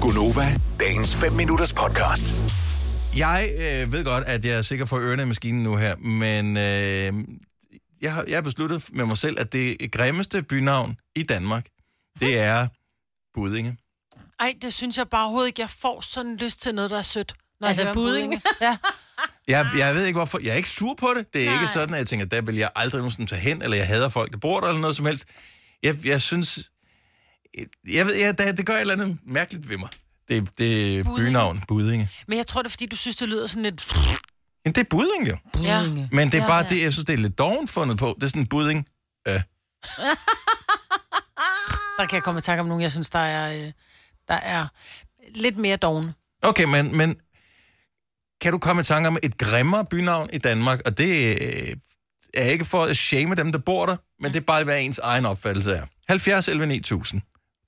Gunova, dagens 5 minutters podcast. Jeg øh, ved godt, at jeg er sikker for ørerne i maskinen nu her, men øh, jeg, har, jeg har besluttet med mig selv, at det grimmeste bynavn i Danmark, det er Budinge. Ej, det synes jeg bare overhovedet ikke. Jeg får sådan lyst til noget, der er sødt. Når Altså jeg hører budding? budding. Ja. Jeg, jeg ved ikke hvorfor. Jeg er ikke sur på det. Det er Nej. ikke Ah. Nej. sådan, at jeg tænker, der vil jeg aldrig nogensinde tage hen, eller jeg hader folk, der bor der, eller noget som helst. Jeg, jeg synes... Jeg ved, jeg, det, det gør et eller andet mærkeligt ved mig. Det, det er Buddinge. bynavn, Budinge. Men jeg tror, det er, fordi du synes, det lyder sådan lidt... Men det er Budinge jo. Ja. Men det er Ja, bare ja. det, jeg synes, det er lidt doven fundet på. Det er sådan en Budinge. Øh. Der kan jeg komme i tanke om nogen, jeg synes, der er, øh, der er lidt mere dogne. Okay, men, men kan du komme i tanke om et grimmere bynavn i Danmark? Og det øh, er ikke for at shame dem, der bor der, men det er bare, hvad ens egen opfattelse er. 70 11 9000.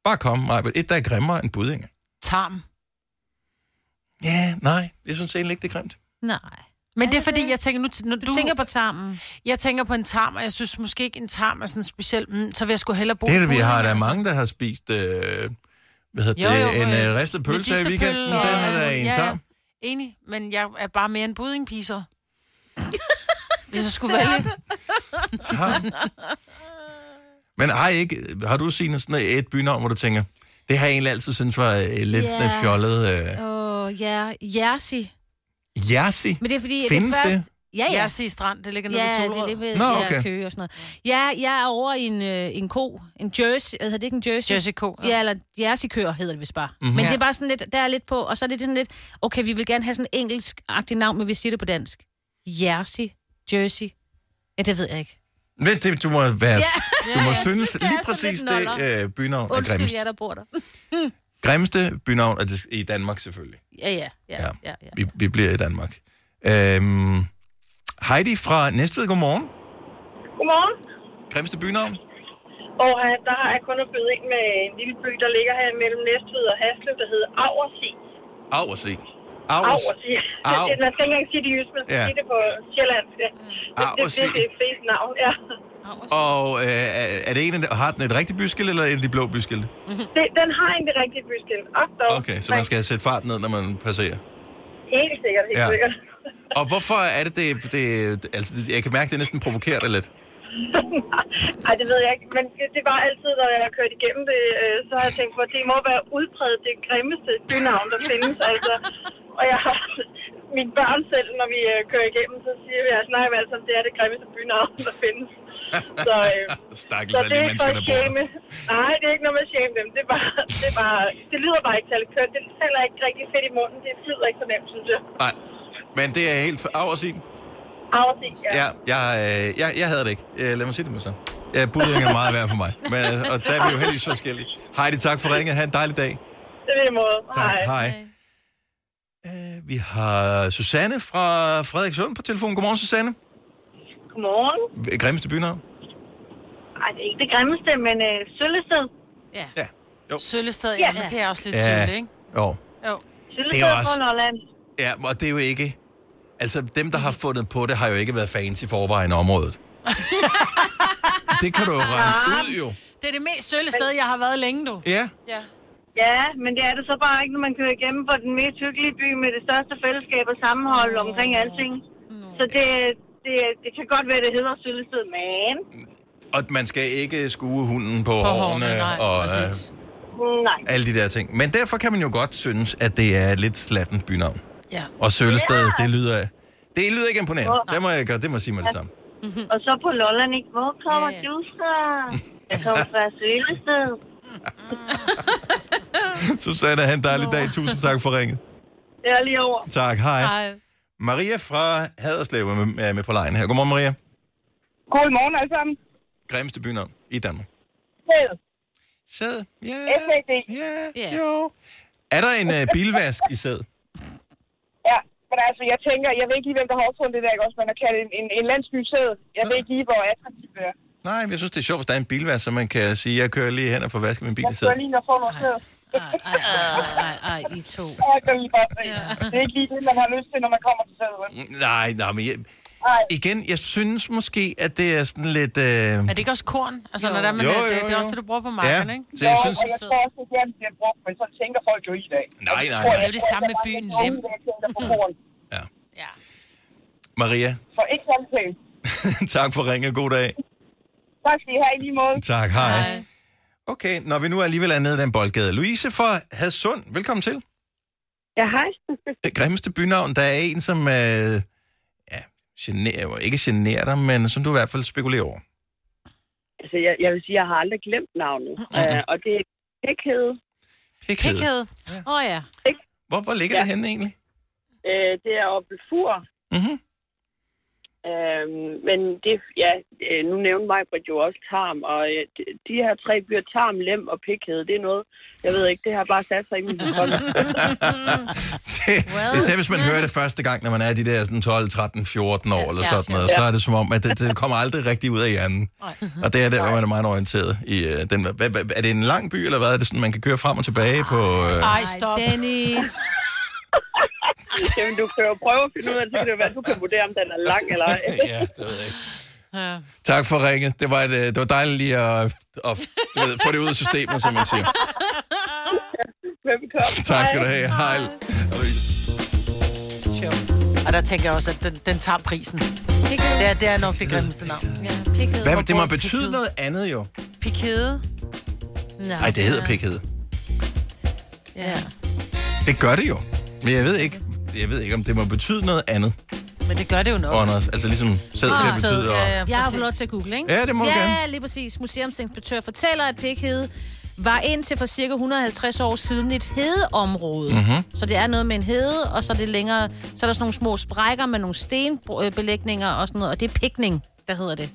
Bare kom, Maja. Et, der er grimmere end Budinge. Tarm. Ja, nej. Jeg synes egentlig ikke, det er grimt. Nej. Men det er fordi, jeg tænker nu... Når du, Du tænker på tarmen. Jeg tænker på en tarm, og jeg synes måske ikke, en tarm er sådan speciel. Mm, så vil jeg sgu hellere bo... Det er det, vi i budding, har. Der er altså. mange, der har spist øh, hvad hedder Jo, det, jo, en øh, øh, ristet pølse i medistepøl weekenden. Den og- er der en ja, ja. tarm. Enig, men jeg er bare mere en buddingpige, så. Hvis jeg skulle vælge... tarm. Men har, I ikke, har du, Signe, sådan et bynavn, hvor du tænker, det har jeg egentlig altid synes var øh, lidt sådan et Ja. fjollet... Øh, Åh, ja. Jersey. Jersey. Men det er fordi, at Findes det? det? Først... Ja, Ja, ja. jeg siger strand, det ligger nede ved Ja, det Solrød. er det ved Nå, ja, okay. køge og sådan noget. Ja, jeg er over i en, øh, en ko. En jersey. Hvad hedder det ikke en jersey? Jersey K. Ja, eller jerseykøer hedder det vist bare. Mhm. Mm-hmm. Men Ja. det er bare sådan lidt, der er lidt på, og så er det sådan lidt, okay, vi vil gerne have sådan en engelsk-agtig navn, men vi siger det på dansk. Jersey, Jersey. Ja, det ved jeg ikke. Men det, du må være... Ja. Du må Ja, jeg synes synes, det er lige sådan præcis lidt det noller. øh, bynavn er Undskyld grimmest. jer, der bor der. Grimmeste bynavn er det, i Danmark selvfølgelig. Ja, ja, ja, Ja. ja. ja, ja. Vi, vi bliver i Danmark. Øhm, Heidi fra Næstved, godmorgen. Godmorgen. Grimmeste bynavn? Og øh, der har jeg kun at byde ind med en lille by, der ligger her mellem Næstved og Haslev, der hedder Aversi. Aversi. Avers. Aversi. Au. Man skal ikke engang sige det jysk, man skal Ja. ja. sige det på sjællandsk. Ja. Det, det, Aversi. det, det er et fedt navn, ja. Og øh, er- er det en, af de- har den et rigtigt byskilt, eller en af de blå byskilte? Det, den har en det rigtige byskilt. Og dog. Okay, så man skal sætte farten ned, når man passerer. Helt sikkert, helt Ja. ja. sikkert. Og hvorfor er det det... det altså, det- jeg kan mærke, det er næsten provokerende lidt. Ej, det ved jeg ikke. Men det, det var altid, når jeg har kørt igennem det, øh, så har jeg tænkt på, at det må være udpræget det grimmeste bynavn, der findes. altså. Og jeg har mine børn selv, når vi øh, kører igennem, så siger vi, at snakker vi altså, om det er det grimmeste bynavn, der findes. Så, øh, Stakkels så alle de det er ikke mennesker, for der at bor der. shame. Nej, det er ikke noget med at shame dem. Det, er bare, det, er bare, det lyder bare ikke særlig kørt. Det falder ikke rigtig fedt i munden. Det flyder ikke så nemt, synes jeg. Nej, men det er helt Aversi. Afsigt, ja. Ja, jeg, øh, jeg, jeg havde det ikke. Øh, lad mig sige det med så. Ja, budding er meget værd for mig. Men, øh, og der er vi jo heldigvis forskellige. Heidi, tak for ringet. Ha' en dejlig dag. Det er det måde. Tak. Hej. Øh, vi har Susanne fra Frederikssund på telefonen. Godmorgen, Susanne. Godmorgen. Grimmeste bynavn? Ej, det er ikke det grimmeste, men øh, Søllested. ja. Ja. Jo. Søllested, ja, men det er også lidt ja. sødt, ikke? Jo. Jo. Søllested Det er også- på Lolland. Ja, og det er jo ikke... Altså, dem, der har fundet på det, har jo ikke været fans i forvejen af området. det kan du jo regne ud, jo. Det er det mest sølle sted, jeg har været længe, du. Ja. Ja. Ja, men det er det så bare ikke, når man kører igennem for den mest hyggelige by med det største fællesskab og sammenhold omkring alting. Så det, det, det kan godt være, det hedder Søllested, men Og man skal ikke skue hunden på, på hårene, hårene, nej, og øh, præcis. nej. alle de der ting. Men derfor kan man jo godt synes, at det er et lidt slatten bynavn. Ja. Og Sølested, det lyder... Det lyder ikke imponerende. Det må jeg gøre, det må jeg sige med det samme. Og så på Lolland, ikke? Hvor kommer Ja, ja. du så? Jeg kommer fra Søllested. Susanne, have en dejlig dag. Tusind tak for ringet. Jeg er lige over. Tak, hej. hej. Ej. Maria fra Haderslev er med, er med på lejen her. Godmorgen, Maria. Godmorgen alle sammen. Grimmeste bynavn i Danmark. Sæd? Ja. SAD. Ja, Ja. jo. Er der en uh, bilvask i sæd? Ja, men altså, jeg tænker, jeg ved ikke lige, hvem der har opfundet det der, ikke også? Man har kaldt en, en, en landsbysæd. Jeg ved ikke lige, hvor attraktivt det er. Nej, men jeg synes, det er sjovt, hvis der er en bilvask, så man kan sige, jeg kører lige hen og får vasket min bil i Jeg sæd. skal lige, når jeg får noget sæd. Ej, ej, ej, ej, ej, I to. Mm, Ja, det kan vi godt se. Det er ikke lige det, man har lyst til, når man kommer til sædet. Nej, nej, men jeg, Nej. igen, jeg synes måske, at det er sådan lidt... Øh, Er det ikke også korn? Altså, jo. når der er med Jo, det, jo, det, det er jo. også det, du bruger på marken, Ja. ikke? Så jeg Jo, synes- og jeg tror også, at det er det bliver brugt, men så tænker folk jo i dag. Nej, nej, nej. Det er jo det samme med byen Lem. ja. Ja. Maria, For ikke sådan pænt. tak for ringen. God dag. Tak skal I have i lige måde. Tak, hej. Nej. Okay, når vi nu alligevel er nede i den boldgade. Louise fra Hadsund, velkommen til. Ja, hej. Det grimmeste bynavn, der er en, som øh, ja, generer, jo ikke generer dig, men som du i hvert fald spekulerer over. Altså, jeg, jeg vil sige, jeg har aldrig glemt navnet. Uh, og det er Kækhed. Pikhed. Kækhed. Åh oh, ja. Hvor, hvor ligger ja. Ja. det henne egentlig? Uh, det er oppe ved Fur. Mm-hmm. Øhm, men det, ja, øh, nu nævnte mig, Britt jo også Tarm, og øh, de, de her tre byer, Tarm, Lem og Pikhed, det er noget, jeg ved ikke, det har bare sat sig i min hånd. Det, well, især hvis man yeah. hører det første gang, når man er de der sådan 12, 13, 14 år ja, eller ja, sådan noget, ja. så er det som om, at det, det kommer aldrig rigtig ud af hjernen. Og det er der, hvor man er meget orienteret. I, øh, den, hvad, hvad, er det en lang by, eller hvad? Er det sådan, man kan køre frem og tilbage på... Øh, Ej, stop. Dennis. Jamen, du kan jo prøve at finde ud af, så kan det jo være, du kan vurdere, om den er lang eller ej. ja, det ved jeg ikke. Tak for ringet. Det var, et, øh, det var dejligt lige at, at du ved, få det ud af systemet, som man siger. Velbekomme. Tak skal du have. Hej. Louise. Og der tænker jeg også, at den, den tager prisen. Det er, det er nok det grimmeste navn. Hvad, det må betyde noget andet jo. Pikede. Nej, det hedder pikhed. Ja. Det gør det jo. Men jeg ved ikke, jeg ved ikke om det må betyde noget andet, Men det gør det jo nok. Anders. Altså ligesom sæd skal betyde. Og... Ah, ja, ja, Jeg har præcis. fået lov til at google, ikke? Ja, det må du ja, gerne. lige præcis. Museumsinspektør fortæller, at pikhede var indtil for cirka 150 år siden et hedeområde. Mhm. Mm-hmm. Så det er noget med en hede, og så er det længere... Så er der sådan nogle små sprækker med nogle stenbelægninger og sådan noget, og det er pikning, der hedder det.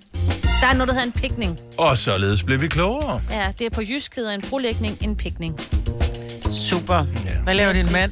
Der er noget, der hedder en pikning. Og således blev vi klogere. Ja, det er på jysk hedder en brolægning en pikning. Super. Hvad laver din mand?